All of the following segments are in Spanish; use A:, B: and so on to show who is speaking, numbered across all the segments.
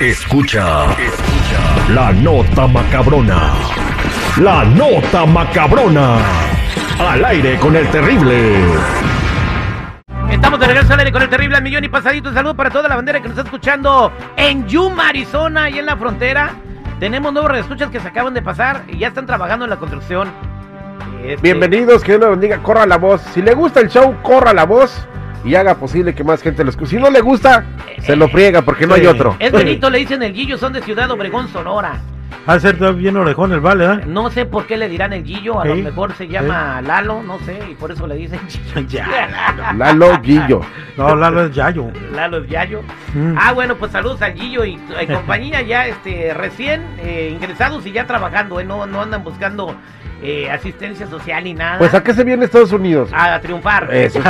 A: Escucha, escucha la nota macabrona. La nota macabrona. Al aire con el terrible.
B: Estamos de regreso al aire con el terrible al millón y pasadito. Saludos para toda la bandera que nos está escuchando en Yuma, Arizona, y en la frontera. Tenemos nuevos escuchas que se acaban de pasar y ya están trabajando en la construcción. Este,
C: Bienvenidos, que Dios los bendiga, corra la voz. Si le gusta el show, corra la voz y haga posible que más gente lo escuche. Si no le gusta, se lo friega porque no hay otro.
B: Es bonito, le dicen el Guillo, son de Ciudad Obregón, Sonora.
D: Ha ser todo bien orejón el vale, ¿eh?
B: No sé por qué le dirán el Guillo, a lo
D: Sí,
B: mejor se llama Lalo, no sé, y por eso le dicen Guillo.
C: Lalo Guillo.
D: No, Lalo es Yayo.
B: Lalo es Yayo.
D: Mm.
B: Ah, bueno, pues saludos al Guillo y, y compañía ya este, recién eh, ingresados y ya trabajando, ¿eh? no, no andan buscando eh, asistencia social ni nada.
C: Pues a qué se viene Estados Unidos.
B: a triunfar.
C: Eso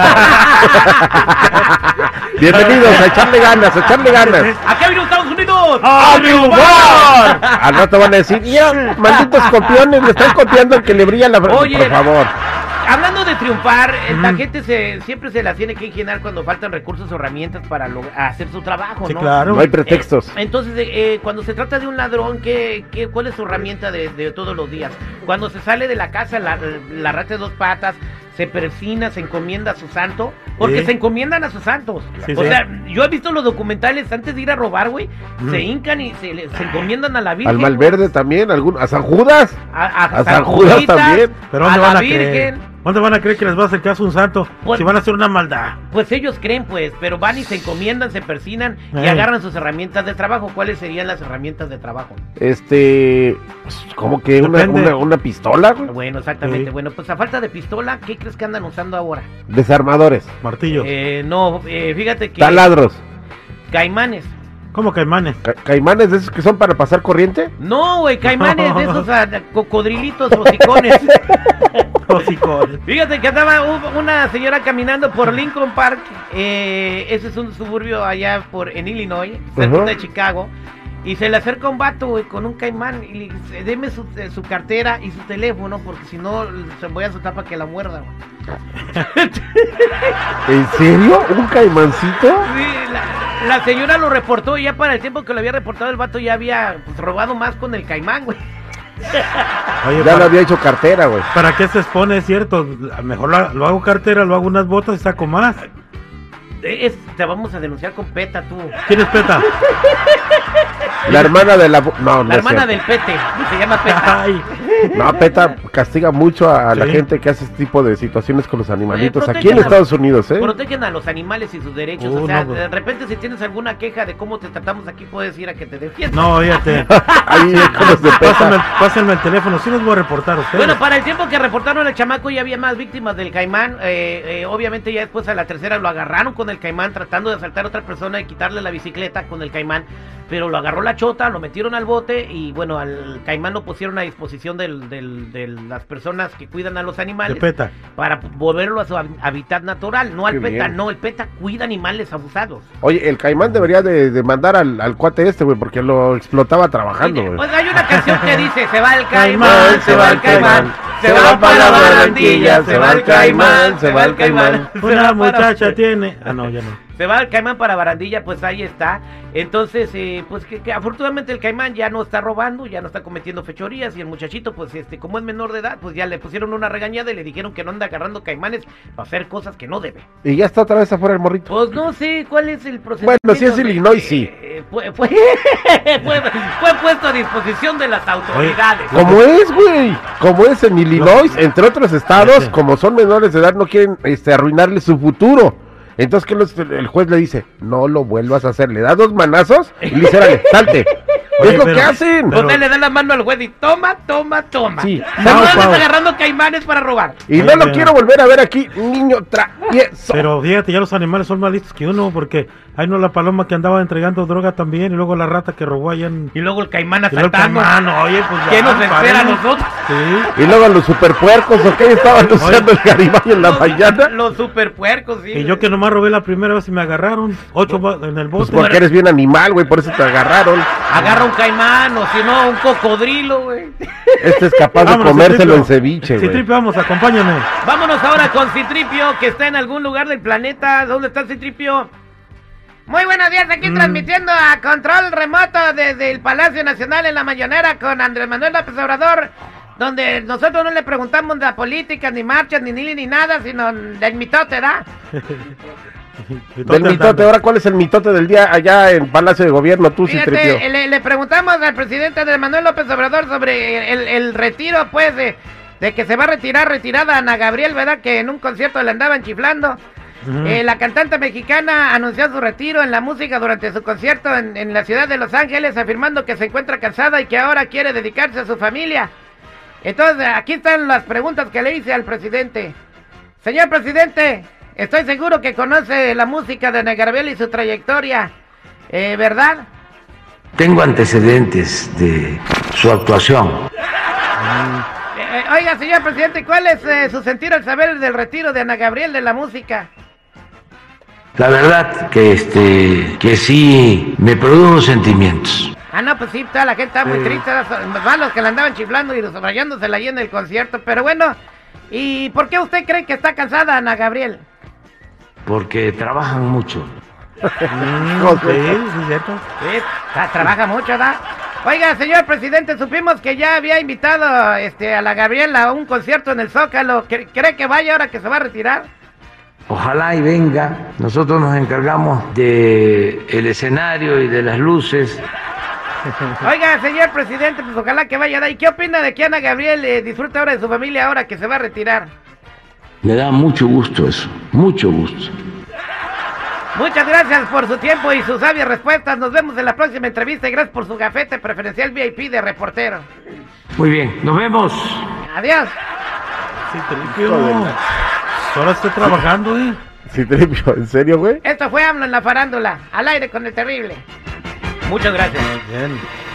C: Bienvenidos, a echarle ganas, a echarle ganas.
B: Acá vino Estados Unidos.
D: ¡A
C: triunfar! Al rato van a decir, ya, malditos copiones, le están copiando al que le brilla la frente,
B: Oye.
C: por favor.
B: Hablando de triunfar, eh, la
D: Mm.
B: gente se, siempre se las tiene que ingeniar cuando faltan recursos o herramientas para lo- hacer su trabajo,
D: Sí,
B: ¿no?
D: claro.
C: No hay pretextos.
B: Eh, entonces, eh, eh, cuando se trata de un ladrón, ¿qué, qué, cuál es su herramienta de, de todos los días? Cuando se sale de la casa, la, la rata de dos patas, se persina, se encomienda a su santo, porque
D: Sí.
B: se encomiendan a sus santos.
D: Sí,
B: o
D: sí.
B: sea, yo he visto los documentales antes de ir a robar, güey,
D: Mm.
B: se hincan y se, le- se encomiendan a la Virgen.
C: Al Malverde también, algún, a San Judas.
B: A, a, San
C: A San Judas
B: Juditas,
C: también.
D: Pero
B: a
D: ¿dónde
B: la
D: van a creer?
B: Virgen.
D: ¿Dónde van a creer que les va a hacer caso un santo?
B: Pues-
D: Si van a hacer una maldad.
B: Pues ellos creen, pues, pero van y se encomiendan, se persinan y
D: Ey.
B: agarran sus herramientas de trabajo. ¿Cuáles serían las herramientas de trabajo?
C: Este, como que una,
D: Depende.
C: una, una pistola, güey.
B: Bueno, exactamente.
D: Ey.
B: Bueno, pues a falta de pistola, ¿qué crees que andan usando ahora?
C: Desarmadores,
D: Martillo.
B: Eh, no, eh, fíjate que
C: taladros,
B: caimanes.
D: ¿Cómo caimanes?
C: ca- caimanes de esos que son para pasar corriente.
B: No, güey, caimanes de esos ah, cocodrilitos hocicones.
D: Hocicones.
B: Fíjate que andaba u- una señora caminando por Lincoln Park. eh, ese es un suburbio allá por en Illinois, cerca
C: Ujú.
B: de Chicago. Y se le acerca un vato, güey, con un caimán. Y le dice, deme su, eh, su cartera y su teléfono, porque si no, se voy a su tapa que la muerda, güey.
C: ¿En serio? ¿Un caimancito?
B: Sí, la, la señora lo reportó y ya para el tiempo que lo había reportado el vato ya había pues, robado más con el caimán, güey.
D: Oye,
C: Ya
D: para,
C: lo había hecho cartera, güey.
D: ¿para qué se expone? Es cierto. A- Mejor lo, lo hago cartera, lo hago unas botas y saco más.
B: Eh, es- te vamos a denunciar con PETA, tú.
D: ¿Quién es PETA?
C: La hermana de la. bu- No, no.
B: La
C: es
B: hermana
C: cierto.
B: del Pete, se llama PETA.
D: Ay,
C: No, PETA castiga mucho a la
D: Sí.
C: gente que hace este tipo de situaciones con los animalitos
B: Eh,
C: aquí en
B: protejan a-
C: Estados Unidos, ¿eh?
B: Protegen a los animales y sus derechos.
D: Uh,
B: o sea,
D: no, pues.
B: de repente si tienes alguna queja de cómo te tratamos aquí, puedes ir a que te defiendan.
D: no, fíjate.
C: Ahí es cuando se
D: Pásenme,
C: peta.
D: pásenme el teléfono. Sí les voy a reportar a ustedes.
B: Bueno, para el tiempo que reportaron al chamaco ya había más víctimas del caimán. Eh, eh, obviamente ya después a la tercera lo agarraron con el caimán tratando de asaltar a otra persona y quitarle la bicicleta con el caimán. Pero lo agarró la chota, lo metieron al bote y bueno, al caimán lo pusieron a disposición del- del- de las personas que cuidan a los
D: De
B: animales
D: PETA.
B: para volverlo a su hab- hábitat natural. No al
C: Qué
B: PETA,
C: bien.
B: no, el PETA cuida animales abusados.
C: Oye, el caimán debería de, de mandar al, al cuate este, güey, porque lo explotaba trabajando,
B: Oye,
C: güey.
B: Pues hay una canción que dice, se va el
D: Caimán,
B: caimán, se va el caimán, se va para la barandilla, se va el caimán, se va el caimán. se va
D: Una
B: para-
D: muchacha tiene. Ah, no, ya no.
B: Se va el caimán para barandilla, pues ahí está. Entonces, eh, pues que, que afortunadamente el caimán ya no está robando, ya no está cometiendo fechorías y el muchachito, pues este, como es menor de edad, pues ya le pusieron una regañada y le dijeron que no anda agarrando caimanes para hacer cosas que no debe.
C: Y ya está otra vez afuera el morrito.
B: Pues no sé cuál es el proceso.
C: Bueno, si es Illinois, sí.
B: fue, fue- fue- fue puesto a disposición de las autoridades.
C: Como es, güey. Como es en Illinois, entre otros
D: Ya
C: estados,
D: sé.
C: como son menores de edad, no quieren este, arruinarle su futuro. Entonces, ¿qué los- el juez le dice? No lo vuelvas a hacer. Le da dos manazos y le dice, "Órale, salte.
D: Oye,
C: es lo
D: pero-
C: que hacen.
B: Pues
D: Pero-
B: ahí le dan la mano al juez y toma, toma, toma.
C: Sí.
B: No
C: Pau,
B: andes
D: Pau.
B: agarrando caimanes para robar.
C: Y no
D: Oye,
C: lo
D: pero-
C: quiero volver a ver aquí, niño travieso.
D: Pero fíjate, ya los animales son más listos que uno, porque ahí no la paloma que andaba entregando droga también, y luego la rata que robó allá en.
B: Y luego el caimán
D: y luego el
B: asaltando.
D: caimán, oye, pues ya,
B: ¿Qué nos espera a
D: paren.
B: nosotros?
D: Sí.
C: Y luego los superpuercos, ¿ok? Estaban usando el garibay en la
B: Los-
C: mañana.
B: Los super puercos, sí.
D: Y yo que nomás robé la primera vez y me agarraron. Ocho ba- en el
C: Pues
D: bote.
C: porque eres bien animal, güey, por eso te agarraron.
B: Agarra un caimán o si no, un cocodrilo, güey.
C: Este es capaz de
D: Vámonos,
C: comérselo en
D: Citripio.
C: ceviche, güey.
D: Citripio, vamos, acompáñame.
B: Vámonos ahora con Citripio, que está en algún lugar del planeta. ¿Dónde está Citripio? Muy buenos días, aquí
D: Mm.
B: transmitiendo a control remoto desde el Palacio Nacional en la Mañanera con Andrés Manuel López Obrador, donde nosotros no le preguntamos de la política, ni marchas, ni ni, ni nada, sino del mitote, ¿da?
C: Del mitote, ahora cuál es el mitote del día allá en Palacio de Gobierno, tú sí,
B: Fíjate, eh, le, le preguntamos al presidente Andrés Manuel López Obrador sobre el, el retiro, pues, de, de que se va a retirar, retirada Ana Gabriel, ¿verdad? Que en un concierto le andaban chiflando. Eh, la cantante mexicana anunció su retiro en la música durante su concierto en, en la ciudad de Los Ángeles, afirmando que se encuentra cansada y que ahora quiere dedicarse a su familia. Entonces, aquí están las preguntas que le hice al presidente. Señor presidente, estoy seguro que conoce la música de Ana Gabriel y su trayectoria, eh, ¿verdad?
E: Tengo antecedentes de su actuación.
B: Eh, eh, oiga, señor presidente, ¿cuál es eh, su sentir al saber del retiro de Ana Gabriel de la música?
E: La verdad que este que sí me produjo sentimientos.
B: Ah, no, pues sí, toda la gente estaba muy
E: Sí.
B: triste, era so- más los que la andaban chiflando y subrayándosela ahí en el concierto, pero bueno, ¿y por qué usted cree que está cansada Ana Gabriel?
E: Porque trabajan mucho.
D: Mm, Sí, sí, cierto.
B: Sí, tra- trabaja mucho, ¿verdad? Oiga, señor presidente, supimos que ya había invitado este, a la Gabriel a un concierto en el Zócalo, ¿Cre- ¿cree que vaya ahora que se va a retirar?
E: Ojalá y venga. Nosotros nos encargamos de el escenario y de las luces.
B: Oiga, señor presidente, pues ojalá que vaya, ¿verdad? ¿y qué opina de que Ana Gabriel eh, disfrute ahora de su familia ahora que se va a retirar?
E: Me da mucho gusto eso, mucho gusto.
B: Muchas gracias por su tiempo y sus sabias respuestas. Nos vemos en la próxima entrevista y gracias por su gafete preferencial VIP de reportero.
E: Muy bien, nos vemos.
B: Adiós.
D: Sí, tripio. Ahora estoy trabajando, eh.
C: Citripio, ¿en serio, güey?
B: Esto fue AMLO en la farándula, al aire con el terrible. Muchas gracias.
D: Bien.